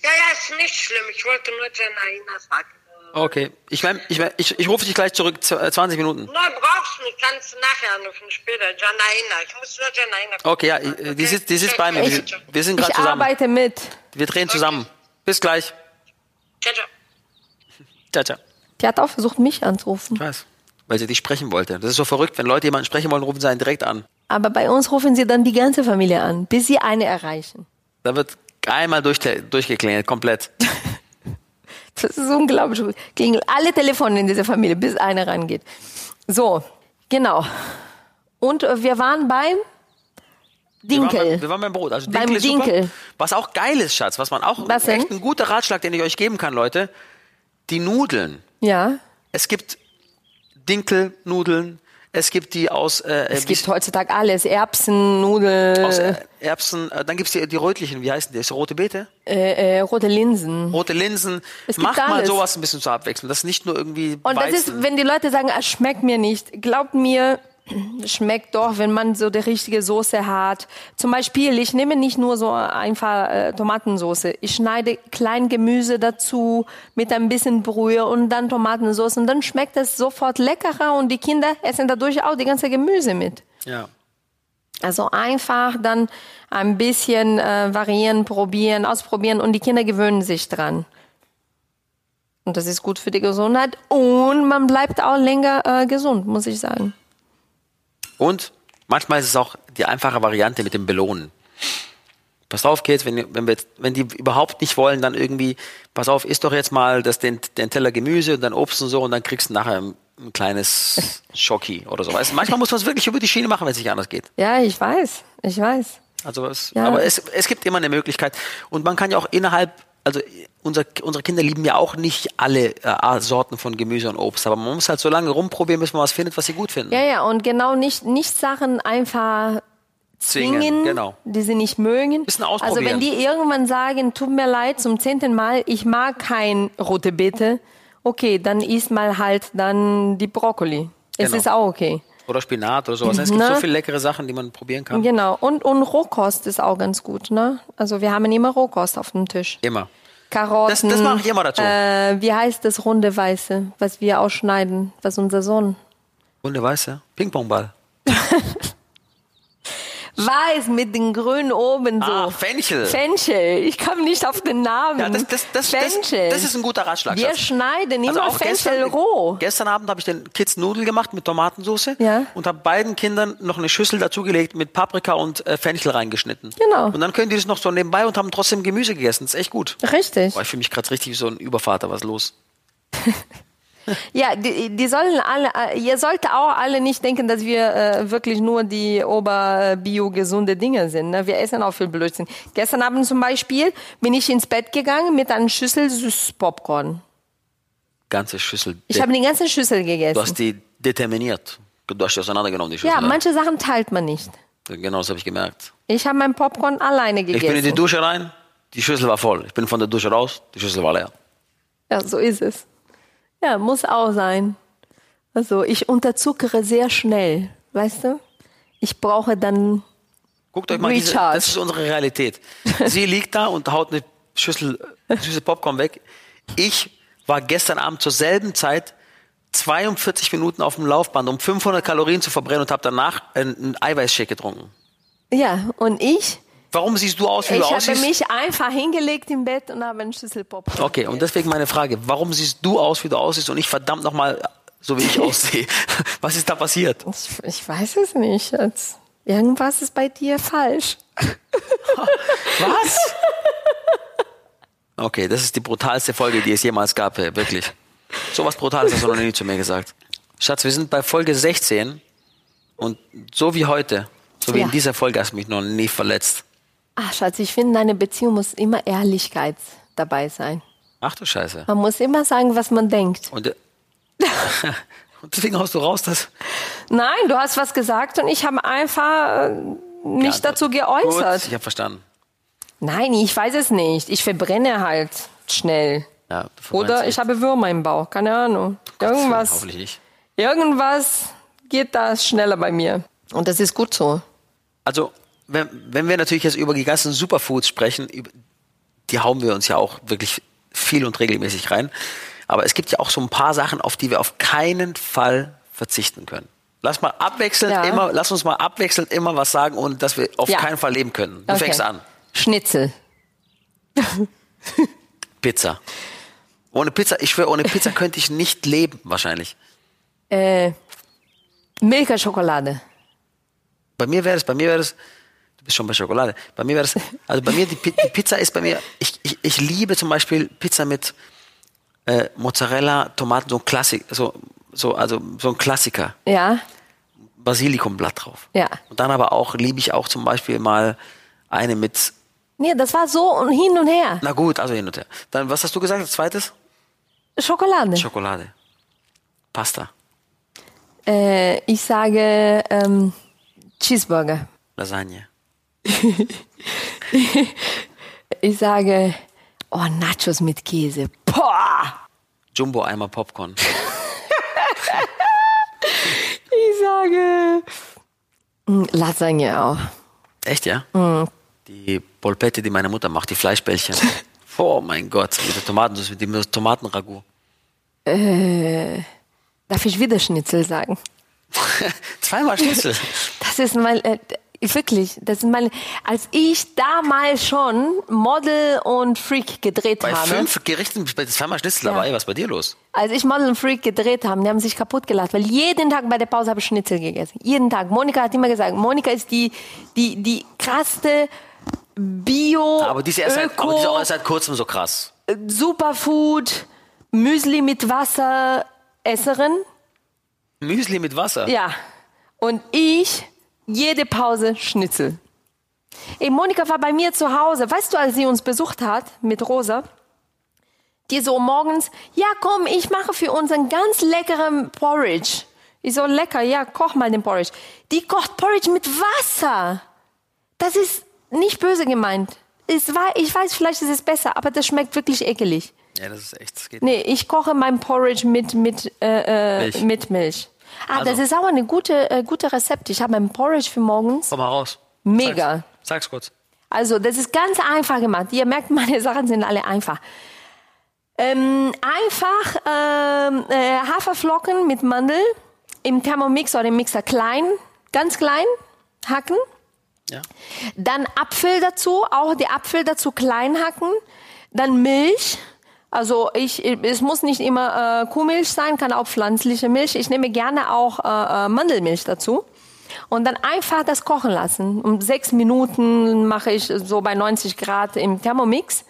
[SPEAKER 4] Ja, ja, ist nicht schlimm. Ich wollte nur Janaina sagen.
[SPEAKER 1] Okay. Ich, mein, ich, mein, ich, ich rufe dich gleich zurück, z- äh, 20 Minuten.
[SPEAKER 4] Nein, brauchst du nicht. Kannst du nachher anrufen, später. Janaina. Ich muss nur Janaina gucken.
[SPEAKER 1] Okay, ja, ich- äh, die sitzt, die sitzt bei mir. Wir, wir sind gerade
[SPEAKER 2] Ich
[SPEAKER 1] zusammen.
[SPEAKER 2] arbeite mit.
[SPEAKER 1] Wir drehen zusammen. Bis gleich.
[SPEAKER 4] Ciao, ciao.
[SPEAKER 1] Ciao, ciao.
[SPEAKER 2] Die hat auch versucht, mich anzurufen.
[SPEAKER 1] Ich weiß. Weil sie dich sprechen wollte. Das ist so verrückt. Wenn Leute jemanden sprechen wollen, rufen sie einen direkt an.
[SPEAKER 2] Aber bei uns rufen sie dann die ganze Familie an, bis sie eine erreichen.
[SPEAKER 1] Da wird einmal durch, durchgeklingelt, komplett.
[SPEAKER 2] Das ist unglaublich. Klingeln alle Telefone in dieser Familie, bis einer rangeht. So, genau. Und äh, wir waren beim
[SPEAKER 1] Wir waren, beim,
[SPEAKER 2] Dinkel.
[SPEAKER 1] wir waren beim Brot. Also
[SPEAKER 2] Beim
[SPEAKER 1] Dinkel ist super.
[SPEAKER 2] Dinkel.
[SPEAKER 1] Was auch geil ist, Schatz, was man auch
[SPEAKER 2] Was denn?
[SPEAKER 1] echt ein guter Ratschlag, den ich euch geben kann, Leute. Die Nudeln.
[SPEAKER 2] Ja.
[SPEAKER 1] Es gibt Dinkelnudeln, es gibt die aus, äh,
[SPEAKER 2] Es gibt heutzutage alles. Erbsen, Nudeln,
[SPEAKER 1] aus äh, Erbsen, äh, dann gibt es die, die rötlichen, wie heißen die? Ist rote Beete?
[SPEAKER 2] äh, äh, rote Linsen.
[SPEAKER 1] Rote Linsen.
[SPEAKER 2] Es gibt
[SPEAKER 1] Macht mal
[SPEAKER 2] alles.
[SPEAKER 1] sowas ein bisschen zur Abwechslung. Das ist nicht nur irgendwie
[SPEAKER 2] Und das
[SPEAKER 1] Weizen.
[SPEAKER 2] ist, wenn die Leute sagen, es schmeckt mir nicht, glaubt mir, schmeckt doch, wenn man so die richtige Soße hat. Zum Beispiel, ich nehme nicht nur so einfach äh, Tomatensoße. Ich schneide klein Gemüse dazu mit ein bisschen Brühe und dann Tomatensoße und dann schmeckt es sofort leckerer und die Kinder essen dadurch auch die ganze Gemüse mit.
[SPEAKER 1] ja.
[SPEAKER 2] Also einfach dann ein bisschen äh, variieren, probieren, ausprobieren und die Kinder gewöhnen sich dran. Und das ist gut für die Gesundheit und man bleibt auch länger äh, gesund, muss ich sagen.
[SPEAKER 1] Und manchmal ist es auch die einfache Variante mit dem Belohnen. Pass auf, Kids, wenn, ihr- wenn, wir, jetzt- wenn die überhaupt nicht wollen, dann irgendwie, pass auf, isst doch jetzt mal das, den, den Teller Gemüse und dann Obst und so und dann kriegst du nachher ein, ein kleines Schocki oder so. Weißt, du, manchmal muss man es wirklich über die Schiene machen, wenn es nicht anders geht.
[SPEAKER 2] Ja, ich weiß, ich weiß.
[SPEAKER 1] Also es,
[SPEAKER 2] Ja.
[SPEAKER 1] aber es, es gibt immer eine Möglichkeit. Und man kann ja auch innerhalb, also unser, unsere Kinder lieben ja auch nicht alle äh, Sorten von Gemüse und Obst, aber man muss halt so lange rumprobieren, bis man was findet, was sie gut finden.
[SPEAKER 2] Ja, ja, und genau nicht, nicht Sachen einfach zwingen,
[SPEAKER 1] genau.
[SPEAKER 2] die sie nicht mögen.
[SPEAKER 1] Bisschen
[SPEAKER 2] Also
[SPEAKER 1] ausprobieren.
[SPEAKER 2] wenn die irgendwann sagen, tut mir leid, zum zehnten Mal, ich mag kein rote Beete, okay, dann isst mal halt dann die Brokkoli. Es
[SPEAKER 1] Genau.
[SPEAKER 2] ist auch okay.
[SPEAKER 1] Oder Spinat oder sowas. Es gibt
[SPEAKER 2] Ne?
[SPEAKER 1] so viele leckere Sachen, die man probieren kann.
[SPEAKER 2] Genau. Und, und Rohkost ist auch ganz gut, ne? Also wir haben immer Rohkost auf dem Tisch.
[SPEAKER 1] Immer.
[SPEAKER 2] Karotten.
[SPEAKER 1] Das, das mache ich immer dazu.
[SPEAKER 2] Äh, wie heißt das runde Weiße, was wir ausschneiden, was unser Sohn
[SPEAKER 1] Runde weiße. Ping-Pong-Ball.
[SPEAKER 2] Weiß mit den grünen oben so.
[SPEAKER 1] Ah, Fenchel.
[SPEAKER 2] Fenchel. Ich komme nicht auf den Namen.
[SPEAKER 1] Ja, das, das, das, das,
[SPEAKER 2] Fenchel.
[SPEAKER 1] das ist ein guter Ratschlag.
[SPEAKER 2] Wir
[SPEAKER 1] Schatz. Also
[SPEAKER 2] schneiden immer Fenchel
[SPEAKER 1] gestern,
[SPEAKER 2] roh.
[SPEAKER 1] Gestern Abend habe ich den Kids Nudeln gemacht mit Tomatensoße
[SPEAKER 2] Ja.
[SPEAKER 1] und habe beiden Kindern noch eine Schüssel dazugelegt mit Paprika und äh, Fenchel reingeschnitten.
[SPEAKER 2] Genau.
[SPEAKER 1] Und dann können die das noch so nebenbei und haben trotzdem Gemüse gegessen. Das ist echt gut.
[SPEAKER 2] Richtig.
[SPEAKER 1] Boah, ich fühle mich gerade richtig wie so ein Übervater. Was ist los?
[SPEAKER 2] Ja, die, die sollen alle, äh, ihr sollt auch alle nicht denken, dass wir äh, wirklich nur die ober-bio-gesunde Dinge sind. Ne? Wir essen auch viel Blödsinn. Gestern Abend zum Beispiel bin ich ins Bett gegangen mit einer Schüssel süßes Popcorn.
[SPEAKER 1] Ganze Schüssel.
[SPEAKER 2] Ich habe die ganze Schüssel
[SPEAKER 1] du
[SPEAKER 2] gegessen.
[SPEAKER 1] hast die determiniert. Du hast die auseinandergenommen, die Schüssel.
[SPEAKER 2] Ja, manche Sachen teilt man nicht.
[SPEAKER 1] genau, das habe ich gemerkt.
[SPEAKER 2] Ich habe mein Popcorn alleine
[SPEAKER 1] Ich bin in die
[SPEAKER 2] gegessen.
[SPEAKER 1] Dusche rein, die Schüssel war voll. Ich bin von der Dusche raus, die Schüssel war leer.
[SPEAKER 2] Ja, so ist es. Ja, muss auch sein. Also ich unterzuckere sehr schnell, weißt du? Ich brauche dann
[SPEAKER 1] Guckt euch mal diese,
[SPEAKER 2] Recharge.
[SPEAKER 1] das ist unsere Realität. Sie liegt da und haut eine Schüssel äh, süße Popcorn weg. Ich war gestern Abend zur selben Zeit 42 Minuten auf dem Laufband, um 500 Kalorien zu verbrennen und habe danach einen einen Eiweißshake getrunken.
[SPEAKER 2] Ja, und ich
[SPEAKER 1] Warum siehst du aus, wie du
[SPEAKER 2] Ich habe
[SPEAKER 1] aussiehst?
[SPEAKER 2] mich einfach hingelegt im Bett und habe einen Schüssel Popcorn.
[SPEAKER 1] Okay, und deswegen meine Frage, warum siehst du aus, wie du aussiehst und ich verdammt nochmal so, wie ich aussehe? Was ist da passiert?
[SPEAKER 2] Ich, ich weiß es nicht, Schatz. Irgendwas ist bei dir falsch.
[SPEAKER 1] Was? Okay, das ist die brutalste Folge, die es jemals gab, ey, wirklich. So was Brutales hast du noch nie zu mir gesagt. Schatz, wir sind bei Folge 16 und so wie heute, so wie
[SPEAKER 2] Ja.
[SPEAKER 1] in dieser Folge hast du mich noch nie verletzt.
[SPEAKER 2] Ach, Schatz, ich finde, in einer Beziehung muss immer Ehrlichkeit dabei sein.
[SPEAKER 1] Ach du Scheiße.
[SPEAKER 2] Man muss immer sagen, was man denkt.
[SPEAKER 1] Und, äh, und deswegen haust du raus, dass...
[SPEAKER 2] Nein, du hast was gesagt und ich habe einfach äh, mich
[SPEAKER 1] Ja,
[SPEAKER 2] dazu
[SPEAKER 1] Gut,
[SPEAKER 2] geäußert.
[SPEAKER 1] ich habe verstanden.
[SPEAKER 2] Nein, ich weiß es nicht. Ich verbrenne halt schnell.
[SPEAKER 1] Ja, du verbrennst
[SPEAKER 2] Oder
[SPEAKER 1] echt.
[SPEAKER 2] ich habe Würmer im Bauch, keine Ahnung. Irgendwas,
[SPEAKER 1] Hoffentlich nicht.
[SPEAKER 2] irgendwas geht da schneller bei mir. Und das ist gut so.
[SPEAKER 1] Also, wenn, wenn wir natürlich jetzt über die ganzen Superfoods sprechen, über- die hauen wir uns ja auch wirklich viel und regelmäßig rein. Aber es gibt ja auch so ein paar Sachen, auf die wir auf keinen Fall verzichten können. Lass mal abwechselnd
[SPEAKER 2] Ja.
[SPEAKER 1] immer, lass uns mal abwechselnd immer was sagen, ohne dass wir auf
[SPEAKER 2] Ja.
[SPEAKER 1] keinen Fall leben können. Du
[SPEAKER 2] Okay.
[SPEAKER 1] fängst an.
[SPEAKER 2] Schnitzel.
[SPEAKER 1] Pizza. Ohne Pizza, ich schwöre, ohne Pizza könnte ich nicht leben, wahrscheinlich.
[SPEAKER 2] Äh, Milka Schokolade.
[SPEAKER 1] Bei mir wäre es, bei mir wäre es, du bist schon bei Schokolade. Bei mir wäre es, also bei mir, die, Pi- die Pizza ist bei mir, ich, ich, ich liebe zum Beispiel Pizza mit äh, Mozzarella, Tomaten, so ein Klassik, so, so, also so ein Klassiker.
[SPEAKER 2] Ja,
[SPEAKER 1] Basilikumblatt drauf.
[SPEAKER 2] Ja.
[SPEAKER 1] Und dann aber auch, liebe ich auch zum Beispiel mal eine mit,
[SPEAKER 2] Nee, das war so und hin und her.
[SPEAKER 1] na gut, also hin und her. Dann, was hast du gesagt, das zweites?
[SPEAKER 2] Schokolade.
[SPEAKER 1] Schokolade. Pasta.
[SPEAKER 2] äh, ich sage ähm, Cheeseburger.
[SPEAKER 1] Lasagne.
[SPEAKER 2] Ich sage oh, Nachos mit Käse. Boah!
[SPEAKER 1] Jumbo-Eimer Popcorn.
[SPEAKER 2] Ich sage mm, Lasagne auch.
[SPEAKER 1] Echt, ja?
[SPEAKER 2] Mhm.
[SPEAKER 1] Die Polpette, die meine Mutter macht, die Fleischbällchen. oh mein Gott, mit der Tomatensauce, mit dem Tomatenragout.
[SPEAKER 2] Darf ich wieder Schnitzel sagen?
[SPEAKER 1] Zweimal Schnitzel.
[SPEAKER 2] Das ist mein, äh, wirklich, das ist mein, als ich damals schon Model und Freak gedreht
[SPEAKER 1] Bei
[SPEAKER 2] habe.
[SPEAKER 1] fünf Gerichten, bei zweimal Schnitzel
[SPEAKER 2] Ja.
[SPEAKER 1] dabei, was ist bei dir los?
[SPEAKER 2] Als ich Model und Freak gedreht haben, die haben sich kaputt gelacht, weil jeden Tag bei der Pause habe ich Schnitzel gegessen. Jeden Tag. Monika hat immer gesagt, Monika ist die, die, die krasseste Bio,
[SPEAKER 1] Aber die ist, erst seit, aber die ist auch
[SPEAKER 2] Oh, Öko,
[SPEAKER 1] erst seit kurzem so krass.
[SPEAKER 2] Superfood, Müsli mit Wasser Esserin.
[SPEAKER 1] Müsli mit Wasser.
[SPEAKER 2] Ja. Und ich, jede Pause Schnitzel. Ey, Monika war bei mir zu Hause. Weißt du, als sie uns besucht hat mit Rosa, die so morgens, ja komm, ich mache für uns einen ganz leckeren Porridge. Ich so, lecker, ja, koch mal den Porridge. Die kocht Porridge mit Wasser. Das ist nicht böse gemeint. Es war, ich weiß, vielleicht ist es besser, aber das schmeckt wirklich ekelig.
[SPEAKER 1] Ja, das ist echt, das geht
[SPEAKER 2] Nee, ich koche mein Porridge mit, mit, äh, äh,
[SPEAKER 1] Milch.
[SPEAKER 2] mit Milch. Ah, das
[SPEAKER 1] Also.
[SPEAKER 2] ist auch eine gute, äh, gute Rezept. Ich habe ein Porridge für morgens.
[SPEAKER 1] Komm mal raus.
[SPEAKER 2] Mega.
[SPEAKER 1] Sag's, sag's kurz.
[SPEAKER 2] Also, das ist ganz einfach gemacht. Ihr merkt, meine Sachen sind alle einfach. Ähm, einfach ähm, äh, Haferflocken mit Mandel im Thermomix oder im Mixer klein, ganz klein hacken.
[SPEAKER 1] Ja.
[SPEAKER 2] Dann Apfel dazu, auch die Apfel dazu klein hacken. Dann Milch. Also ich, es muss nicht immer äh, Kuhmilch sein, kann auch pflanzliche Milch. Ich nehme gerne auch äh, äh, Mandelmilch dazu. Und dann einfach das kochen lassen. Um sechs Minuten mache ich so bei 90 Grad im Thermomix.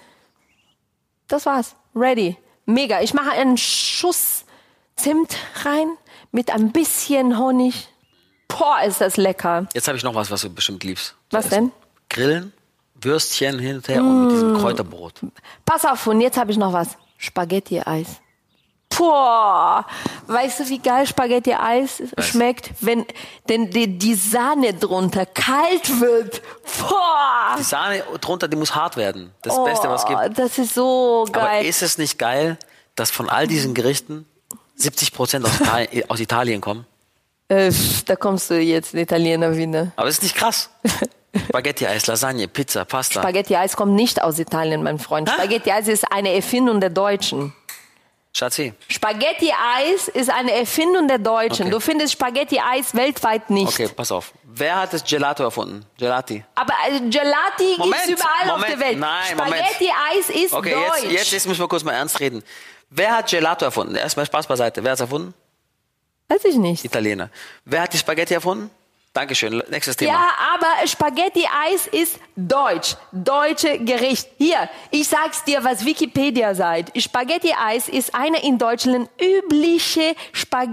[SPEAKER 2] Das war's. Ready. Mega. Ich mache einen Schuss Zimt rein mit ein bisschen Honig. Boah, ist das lecker.
[SPEAKER 1] Jetzt habe ich noch was, was du bestimmt liebst.
[SPEAKER 2] Was denn? Mm.
[SPEAKER 1] Grillen, Würstchen hin und her und mit diesem Kräuterbrot.
[SPEAKER 2] Pass auf, und jetzt habe ich noch was. Spaghetti-Eis. Boah, weißt du, wie geil Spaghetti-Eis schmeckt, wenn denn die, die Sahne drunter kalt wird. Boah,
[SPEAKER 1] Die Sahne drunter, die muss hart werden. Das
[SPEAKER 2] Oh.
[SPEAKER 1] Beste, was es gibt.
[SPEAKER 2] das ist so
[SPEAKER 1] Aber
[SPEAKER 2] geil.
[SPEAKER 1] ist es nicht geil, dass von all diesen Gerichten 70 Prozent aus, Italien- aus Italien kommen?
[SPEAKER 2] äh, da kommst du jetzt, ein Italiener wieder.
[SPEAKER 1] Aber ist nicht krass. Spaghetti-Eis, Lasagne, Pizza, Pasta.
[SPEAKER 2] Spaghetti-Eis kommt nicht aus Italien, mein Freund.
[SPEAKER 1] Ah.
[SPEAKER 2] Spaghetti-Eis ist eine Erfindung der Deutschen.
[SPEAKER 1] Schatzi,
[SPEAKER 2] Spaghetti-Eis ist eine Erfindung der Deutschen.
[SPEAKER 1] Okay.
[SPEAKER 2] Du findest Spaghetti-Eis weltweit nicht.
[SPEAKER 1] okay, pass auf. Wer hat das Gelato erfunden? Gelati.
[SPEAKER 2] Aber äh, Gelati
[SPEAKER 1] Moment,
[SPEAKER 2] gibt's überall auf
[SPEAKER 1] Moment,
[SPEAKER 2] der Welt.
[SPEAKER 1] nein, Moment.
[SPEAKER 2] Spaghetti-Eis ist
[SPEAKER 1] Okay,
[SPEAKER 2] deutsch.
[SPEAKER 1] jetzt, jetzt, jetzt müssen wir kurz mal ernst reden. Wer hat Gelato erfunden? Erstmal Spaß beiseite. Wer hat es erfunden?
[SPEAKER 2] Weiß ich nicht.
[SPEAKER 1] Italiener. Wer hat die Spaghetti erfunden? Dankeschön. Nächstes Thema.
[SPEAKER 2] Ja, aber Spaghetti-Eis ist deutsch. Deutsche Gericht. Hier, ich sag's dir, was Wikipedia sagt. Spaghetti-Eis ist eine in Deutschland übliche Spag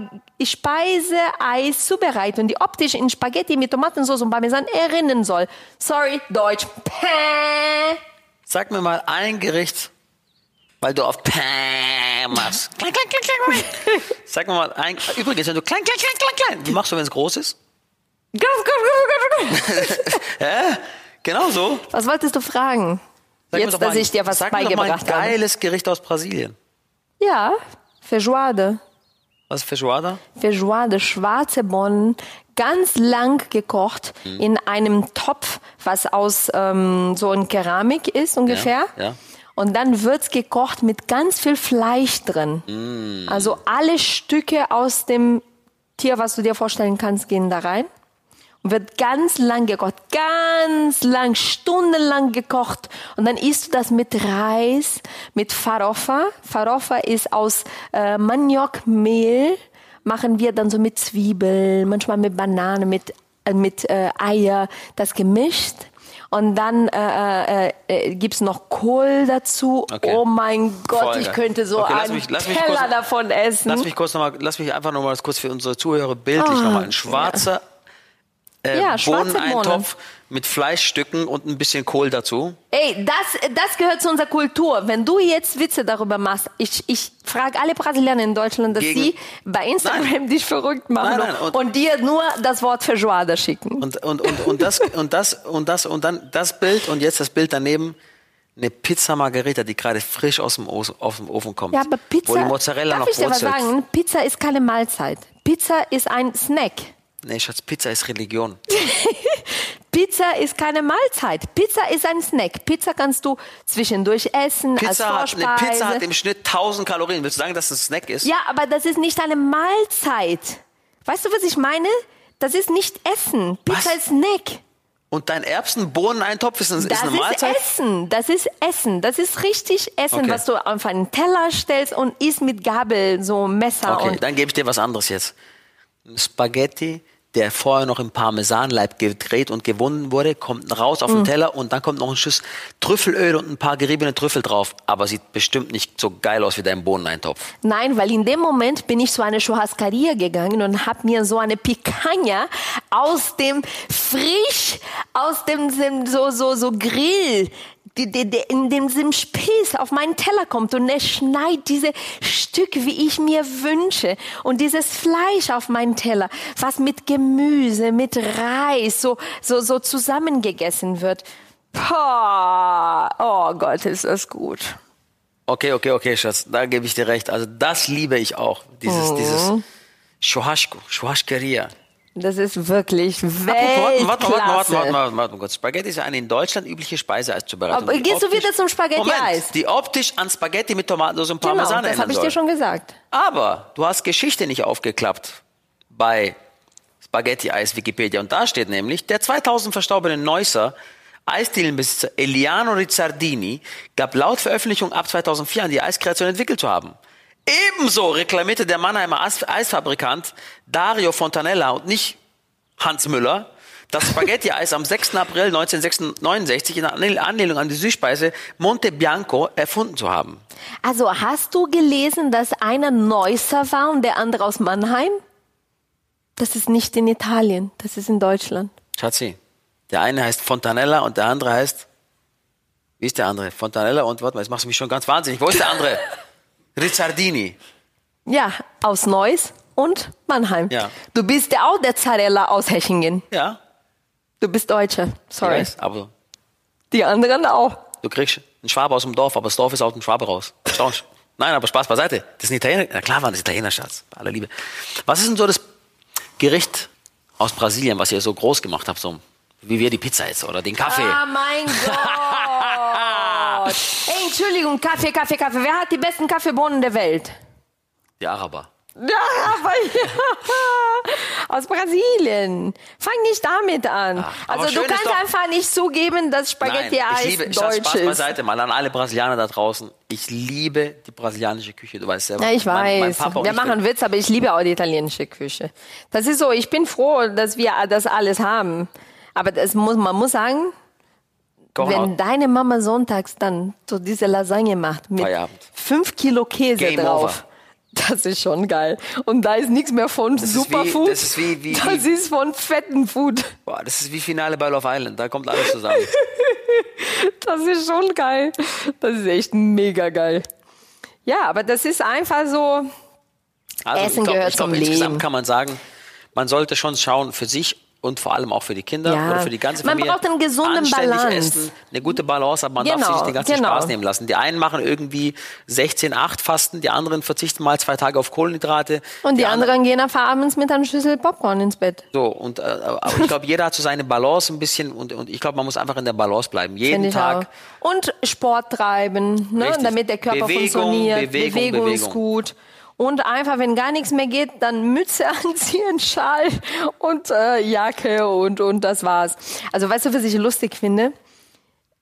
[SPEAKER 2] Speiseeiszubereitung, die optisch in Spaghetti mit Tomatensauce und Parmesan erinnern soll. Sorry, deutsch. Päh.
[SPEAKER 1] Sag mir mal ein Gericht, weil du auf Pam machst. Klein, klein, klein, klein. Sag mir mal ein. Übrigens, wenn du klein, klein, klein, klein, klein. Wie machst du, wenn es groß ist? Genau so.
[SPEAKER 2] Was wolltest du fragen?
[SPEAKER 1] Sag mir
[SPEAKER 2] Jetzt,
[SPEAKER 1] doch mal
[SPEAKER 2] dass
[SPEAKER 1] ein-
[SPEAKER 2] ich dir was
[SPEAKER 1] sag mir doch mal ein
[SPEAKER 2] beigebracht habe.
[SPEAKER 1] geiles Gericht aus Brasilien.
[SPEAKER 2] Ja, Feijoada.
[SPEAKER 1] Was ist Feijoada?
[SPEAKER 2] Feijoada, schwarze Bohnen, ganz lang gekocht
[SPEAKER 1] Mhm.
[SPEAKER 2] in einem Topf, was aus ähm, so in Keramik ist ungefähr.
[SPEAKER 1] ja.
[SPEAKER 2] Und dann wird's gekocht mit ganz viel Fleisch drin.
[SPEAKER 1] Mhm.
[SPEAKER 2] Also alle Stücke aus dem Tier, was du dir vorstellen kannst, gehen da rein. Und wird ganz lang gekocht, ganz lang, stundenlang gekocht. Und dann isst du das mit Reis, mit Farofa. Farofa ist aus äh, Maniokmehl, machen wir dann so mit Zwiebel, manchmal mit Banane, mit, äh, mit äh, Eier, das gemischt. Und dann äh, äh, äh, gibt's noch Kohl dazu.
[SPEAKER 1] Okay.
[SPEAKER 2] Oh mein Gott,
[SPEAKER 1] Voll
[SPEAKER 2] ich
[SPEAKER 1] geil.
[SPEAKER 2] könnte so
[SPEAKER 1] Okay, lass
[SPEAKER 2] einen
[SPEAKER 1] mich- lass mich
[SPEAKER 2] Teller
[SPEAKER 1] kurz-
[SPEAKER 2] davon essen.
[SPEAKER 1] Lass mich kurz noch mal, lass mich einfach noch mal das kurz für unsere Zuhörer bildlich
[SPEAKER 2] Ah,
[SPEAKER 1] noch mal ein schwarzer äh,
[SPEAKER 2] Ja, schwarze
[SPEAKER 1] Bohneneintopf mit Fleischstücken und ein bisschen Kohl dazu.
[SPEAKER 2] Ey, das, das gehört zu unserer Kultur. Wenn du jetzt Witze darüber machst, ich, ich frage alle Brasilianer in Deutschland, dass
[SPEAKER 1] Gegen-
[SPEAKER 2] sie bei Instagram
[SPEAKER 1] Nein.
[SPEAKER 2] dich verrückt machen
[SPEAKER 1] Nein, nein,
[SPEAKER 2] und,
[SPEAKER 1] und-
[SPEAKER 2] dir nur das Wort Feijoada schicken.
[SPEAKER 1] Und, und, und, und das und das und das und dann das Bild und jetzt das Bild daneben. Eine Pizza Margherita, die gerade frisch aus dem, Os- aus dem Ofen kommt.
[SPEAKER 2] Ja, aber Pizza.
[SPEAKER 1] Wo die Mozzarella
[SPEAKER 2] darf
[SPEAKER 1] noch
[SPEAKER 2] ich dir was
[SPEAKER 1] brutzelt.
[SPEAKER 2] sagen? Pizza ist keine Mahlzeit. Pizza ist ein Snack.
[SPEAKER 1] Nee, Schatz, Pizza ist Religion.
[SPEAKER 2] Pizza ist keine Mahlzeit. Pizza ist ein Snack. Pizza kannst du zwischendurch essen als
[SPEAKER 1] Pizza hat,
[SPEAKER 2] Vorspeise.
[SPEAKER 1] eine Pizza hat im Schnitt 1000 Kalorien. Willst du sagen, dass es ein Snack ist?
[SPEAKER 2] Ja, aber das ist nicht eine Mahlzeit. Weißt du, was ich meine? Das ist nicht Essen. Pizza
[SPEAKER 1] Was?
[SPEAKER 2] ist Snack.
[SPEAKER 1] Und dein Erbsen-Bohnen-Eintopf ist, ein- ist
[SPEAKER 2] Das
[SPEAKER 1] eine
[SPEAKER 2] ist
[SPEAKER 1] Mahlzeit?
[SPEAKER 2] Essen. Das ist Essen. Das ist richtig Essen,
[SPEAKER 1] Okay.
[SPEAKER 2] was du auf einen Teller stellst und isst mit Gabel, so Messer
[SPEAKER 1] Okay,
[SPEAKER 2] Ah, und.
[SPEAKER 1] dann gebe ich dir was anderes jetzt. Ein Spaghetti, der vorher noch im Parmesanleib gedreht und gewunden wurde, kommt raus
[SPEAKER 2] Mm.
[SPEAKER 1] auf den Teller und dann kommt noch ein Schuss Trüffelöl und ein paar geriebene Trüffel drauf. Aber sieht bestimmt nicht so geil aus wie dein Bohneneintopf.
[SPEAKER 2] Nein, weil in dem Moment bin ich zu einer Churrascaria gegangen und habe mir so eine Picanha aus dem frisch, aus dem, dem so, so, so Grill, die, die, die, in dem dem Spieß auf meinen Teller kommt und er schneidet diese Stück, wie ich mir wünsche. Und dieses Fleisch auf meinen Teller, was mit Gemüse, mit Reis so, so, so zusammengegessen wird. Boah, oh Gott, ist das gut.
[SPEAKER 1] Okay, okay, okay, Schatz, da gebe ich dir recht. Also das liebe ich auch.
[SPEAKER 2] Oh.
[SPEAKER 1] Dieses, dieses Schuhaschko, Schuhaschkeria.
[SPEAKER 2] Das ist wirklich
[SPEAKER 1] Warte, warte, warte,
[SPEAKER 2] Weltklasse.
[SPEAKER 1] warte, warte, warte, warte, warte. Spaghetti ist ja eine in Deutschland übliche Speiseeiszubereitung.
[SPEAKER 2] Aber
[SPEAKER 1] die
[SPEAKER 2] gehst du
[SPEAKER 1] optisch-
[SPEAKER 2] wieder zum Spaghetti-Eis?
[SPEAKER 1] Moment, Die optisch an Spaghetti mit Tomatensauce und
[SPEAKER 2] Genau,
[SPEAKER 1] Parmesan
[SPEAKER 2] das
[SPEAKER 1] erinnern
[SPEAKER 2] habe ich
[SPEAKER 1] soll.
[SPEAKER 2] dir schon gesagt.
[SPEAKER 1] Aber du hast Geschichte nicht aufgeklappt bei Spaghetti-Eis Wikipedia. Und da steht nämlich, der 2000 verstorbene Neusser Eisdielenbesitzer Eliano Rizzardini gab laut Veröffentlichung ab 2004 an, die Eiskreation entwickelt zu haben. Ebenso reklamierte der Mannheimer Eis- Eisfabrikant Dario Fontanella und nicht Hans Müller das Spaghetti-Eis am 6. April 1969 in Anle- Anlehnung an die Süßspeise Monte Bianco erfunden zu haben.
[SPEAKER 2] Also hast du gelesen, dass einer Neusser war und der andere aus Mannheim? Das ist nicht in Italien, das ist in Deutschland.
[SPEAKER 1] Schatzi, der eine heißt Fontanella und der andere heißt. Wie ist der andere? Fontanella und warte mal, jetzt machst du mich schon ganz wahnsinnig. Wo ist der andere? Rizzardini.
[SPEAKER 2] Ja, aus Neuss und Mannheim.
[SPEAKER 1] Ja.
[SPEAKER 2] Du bist ja auch der Zarella aus Hechingen.
[SPEAKER 1] Ja,
[SPEAKER 2] Du bist Deutscher,
[SPEAKER 1] ich
[SPEAKER 2] sorry.
[SPEAKER 1] weiß, aber
[SPEAKER 2] Die anderen auch.
[SPEAKER 1] du kriegst einen Schwabe aus dem Dorf, aber das Dorf ist aus dem Schwabe raus. Erstaunlich. Nein, aber Spaß beiseite. Das ist ein Italiener. Na klar, waren das Italiener, Schatz. Bei aller Liebe. Was ist denn so das Gericht aus Brasilien, was ihr so groß gemacht habt, so wie wir die Pizza jetzt oder den Kaffee?
[SPEAKER 2] Ah, mein Gott. Ey, Entschuldigung, Kaffee, Kaffee, Kaffee. Wer hat die besten Kaffeebohnen der Welt?
[SPEAKER 1] Die Araber.
[SPEAKER 2] Ja, aber ja. aus Brasilien. Fang nicht damit an.
[SPEAKER 1] Ach, aber
[SPEAKER 2] also du
[SPEAKER 1] schön ist
[SPEAKER 2] kannst
[SPEAKER 1] doch-
[SPEAKER 2] einfach nicht zugeben, dass
[SPEAKER 1] Nein,
[SPEAKER 2] Spaghetti-Eis
[SPEAKER 1] ich liebe, ich sag
[SPEAKER 2] deutsch
[SPEAKER 1] Spaß
[SPEAKER 2] ist.
[SPEAKER 1] beiseite mal an alle Brasilianer da draußen. Ich liebe die brasilianische Küche, du weißt selber.
[SPEAKER 2] Ja, ich
[SPEAKER 1] Mein, mein
[SPEAKER 2] weiß.
[SPEAKER 1] Papa und
[SPEAKER 2] wir
[SPEAKER 1] ich
[SPEAKER 2] machen Witz, aber ich liebe auch die italienische Küche. Das ist so, ich bin froh, dass wir das alles haben. Aber das muss, man muss sagen,
[SPEAKER 1] kochen
[SPEAKER 2] wenn
[SPEAKER 1] auch.
[SPEAKER 2] deine Mama sonntags dann so diese Lasagne macht mit
[SPEAKER 1] Feierabend.
[SPEAKER 2] fünf Kilo Käse
[SPEAKER 1] Game
[SPEAKER 2] drauf. Das ist schon geil. Und da ist nichts mehr von
[SPEAKER 1] ist wie-
[SPEAKER 2] Superfood.
[SPEAKER 1] das ist wie- wie-
[SPEAKER 2] das
[SPEAKER 1] wie-
[SPEAKER 2] ist von fetten Food.
[SPEAKER 1] Boah, das ist wie Finale bei Love Island, da kommt alles zusammen.
[SPEAKER 2] Das ist schon geil. Das ist echt mega geil. Ja, aber das ist einfach so.
[SPEAKER 1] Also,
[SPEAKER 2] Essen gehört
[SPEAKER 1] ich glaub,
[SPEAKER 2] zum
[SPEAKER 1] insgesamt
[SPEAKER 2] Leben.
[SPEAKER 1] kann man sagen, man sollte schon schauen für sich und vor allem auch für die Kinder
[SPEAKER 2] Ja.
[SPEAKER 1] oder für die ganze
[SPEAKER 2] Man
[SPEAKER 1] Familie.
[SPEAKER 2] braucht einen gesunden
[SPEAKER 1] Anständig
[SPEAKER 2] Balance.
[SPEAKER 1] Essen, eine gute Balance, aber man darf
[SPEAKER 2] Genau,
[SPEAKER 1] sich nicht den ganzen
[SPEAKER 2] genau.
[SPEAKER 1] Spaß nehmen lassen. Die einen machen irgendwie 16, 8 Fasten, die anderen verzichten mal zwei Tage auf Kohlenhydrate.
[SPEAKER 2] Und die,
[SPEAKER 1] andere-
[SPEAKER 2] anderen gehen einfach abends mit einer Schüssel Popcorn ins Bett.
[SPEAKER 1] So, und äh, aber ich glaube, jeder hat so seine Balance ein bisschen und, und ich glaube, man muss einfach in der Balance bleiben.
[SPEAKER 2] Finde
[SPEAKER 1] Jeden
[SPEAKER 2] ich
[SPEAKER 1] Tag.
[SPEAKER 2] auch. Und Sport treiben, ne?
[SPEAKER 1] Richtig.
[SPEAKER 2] damit der Körper
[SPEAKER 1] Bewegung,
[SPEAKER 2] funktioniert.
[SPEAKER 1] Bewegung, Bewegung.
[SPEAKER 2] ist gut. Und einfach, wenn gar nichts mehr geht, dann Mütze anziehen, Schal und äh, Jacke und, und das war's. Also weißt du, was ich lustig finde?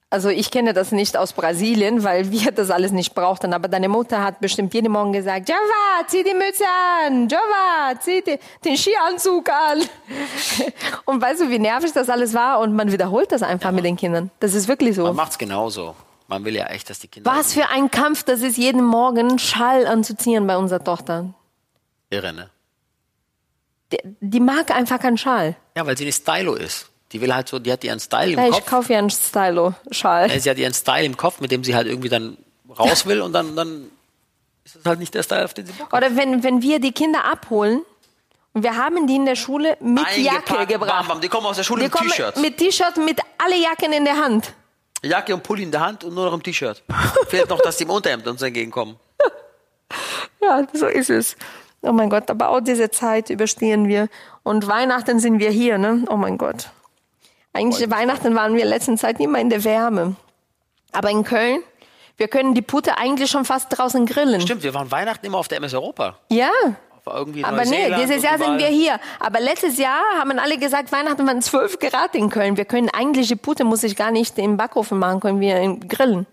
[SPEAKER 2] Also ich kenne das nicht aus Brasilien, weil wir das alles nicht brauchten. Aber deine Mutter hat bestimmt jeden Morgen gesagt, Java, zieh die Mütze an, Java, zieh die, den Skianzug an. Und weißt du, wie nervig das alles war? Und man wiederholt das einfach mit den Kindern. Das ist wirklich so.
[SPEAKER 1] Man macht's genauso. Man will ja echt, dass die Kinder
[SPEAKER 2] Was für ein Kampf, das ist jeden Morgen Schall anzuziehen bei unserer Tochter.
[SPEAKER 1] irre, ne?
[SPEAKER 2] Die, die mag einfach keinen Schal.
[SPEAKER 1] Ja, weil sie eine Stylo ist. Die will halt so, die hat ihren Style im
[SPEAKER 2] Ja, ich
[SPEAKER 1] Kopf.
[SPEAKER 2] kaufe ihr einen Stylo-Schal.
[SPEAKER 1] Äh, Sie hat ihren Style im Kopf, mit dem sie halt irgendwie dann raus will und dann, dann ist es halt nicht der Style, auf den sie Bock hat.
[SPEAKER 2] Oder wenn, wenn wir die Kinder abholen und wir haben die in der Schule mit Jacke
[SPEAKER 1] Eingepackt, Bam,
[SPEAKER 2] gebracht.
[SPEAKER 1] bam. Die kommen aus der Schule
[SPEAKER 2] Wir
[SPEAKER 1] mit
[SPEAKER 2] kommen
[SPEAKER 1] T-Shirt.
[SPEAKER 2] mit T-Shirt, mit alle Jacken in der Hand.
[SPEAKER 1] Jacke und Pulli in der Hand und nur noch im T-Shirt. Fehlt noch, dass die im Unterhemd uns entgegenkommen.
[SPEAKER 2] Ja, so ist es. Oh mein Gott, aber auch diese Zeit überstehen wir. Und Weihnachten sind wir hier, ne? Oh mein Gott. Eigentlich Weihnachten waren wir in letzter Zeit immer in der Wärme. Aber in Köln, wir können die Putte eigentlich schon fast draußen grillen.
[SPEAKER 1] Stimmt, wir waren Weihnachten immer auf der MS Europa.
[SPEAKER 2] Ja.
[SPEAKER 1] Auf irgendwie
[SPEAKER 2] Aber nee,
[SPEAKER 1] Neuseeland
[SPEAKER 2] dieses
[SPEAKER 1] und
[SPEAKER 2] Jahr sind
[SPEAKER 1] überall.
[SPEAKER 2] wir hier. Aber letztes Jahr haben alle gesagt, Weihnachten waren 12 Grad in Köln. Wir können eigentlich die Putte, muss ich gar nicht im Backofen machen, können wir im grillen.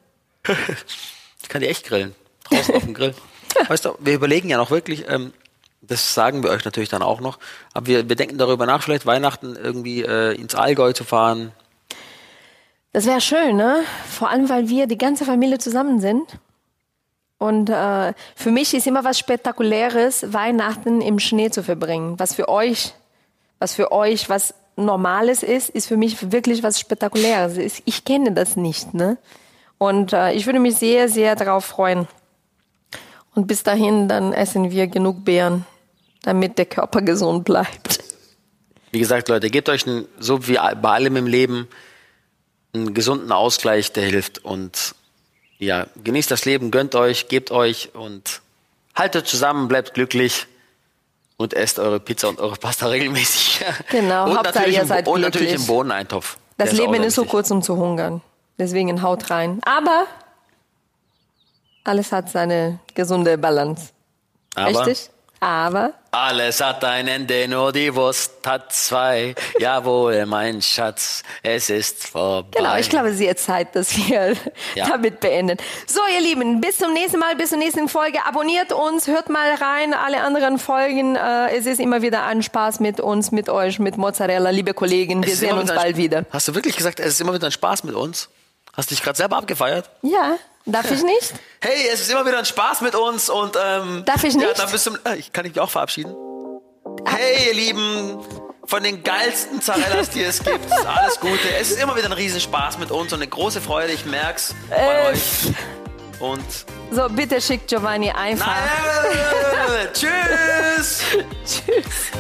[SPEAKER 1] Ich kann die echt grillen. Draußen auf dem Grill. Weißt du, wir überlegen ja noch wirklich, ähm, das sagen wir euch natürlich dann auch noch, aber wir, wir denken darüber nach, vielleicht Weihnachten irgendwie äh, ins Allgäu zu fahren.
[SPEAKER 2] Das wäre schön, ne? Vor allem, weil wir die ganze Familie zusammen sind. Und äh, für mich ist immer was Spektakuläres, Weihnachten im Schnee zu verbringen. Was für euch, was für euch was Normales ist, ist für mich wirklich was Spektakuläres. Ist- Ich kenne das nicht, ne? Und äh, ich würde mich sehr, sehr darauf freuen. Und bis dahin, dann essen wir genug Beeren, damit der Körper gesund bleibt.
[SPEAKER 1] Wie gesagt, Leute, gebt euch einen, so wie bei allem im Leben einen gesunden Ausgleich, der hilft. Und ja, genießt das Leben, gönnt euch, gebt euch und haltet zusammen, bleibt glücklich und esst eure Pizza und eure Pasta regelmäßig.
[SPEAKER 2] Genau,
[SPEAKER 1] und
[SPEAKER 2] Hauptsache,
[SPEAKER 1] natürlich
[SPEAKER 2] ihr
[SPEAKER 1] im-
[SPEAKER 2] seid
[SPEAKER 1] Und natürlich
[SPEAKER 2] glücklich.
[SPEAKER 1] im Bohneneintopf.
[SPEAKER 2] Das
[SPEAKER 1] Der
[SPEAKER 2] Leben
[SPEAKER 1] auch
[SPEAKER 2] ist so
[SPEAKER 1] wichtig.
[SPEAKER 2] kurz, um zu hungern. Deswegen haut rein. Aber alles hat seine gesunde Balance.
[SPEAKER 1] Aber-
[SPEAKER 2] Richtig? Aber
[SPEAKER 1] Alles hat ein Ende, nur die Wurst hat zwei. Jawohl, mein Schatz, es ist vorbei.
[SPEAKER 2] genau, ich glaube, es ist jetzt Zeit, dass wir
[SPEAKER 1] Ja.
[SPEAKER 2] damit beenden. So, ihr Lieben, bis zum nächsten Mal, bis zur nächsten Folge. Abonniert uns, hört mal rein, alle anderen Folgen. Äh, es ist immer wieder ein Spaß mit uns, mit euch, mit Mozzarella, liebe Kollegen. Wir
[SPEAKER 1] Es ist
[SPEAKER 2] sehen
[SPEAKER 1] immer
[SPEAKER 2] uns
[SPEAKER 1] wieder ein-
[SPEAKER 2] bald wieder.
[SPEAKER 1] Hast du wirklich gesagt, es ist immer wieder ein Spaß mit uns? Hast dich gerade selber abgefeiert?
[SPEAKER 2] Ja, darf ich nicht?
[SPEAKER 1] Hey, es ist immer wieder ein Spaß mit uns und ähm,
[SPEAKER 2] Darf ich
[SPEAKER 1] Ja,
[SPEAKER 2] nicht?
[SPEAKER 1] dann bist du, äh, ich kann mich auch verabschieden. Hey, ihr Lieben, von den geilsten Zarellas, die es gibt, alles Gute. Es ist immer wieder ein Riesenspaß mit uns und eine große Freude. Ich merk's bei
[SPEAKER 2] Äh.
[SPEAKER 1] euch. Und
[SPEAKER 2] So, bitte schickt Giovanni einfach.
[SPEAKER 1] nein, tschüss.
[SPEAKER 2] Tschüss.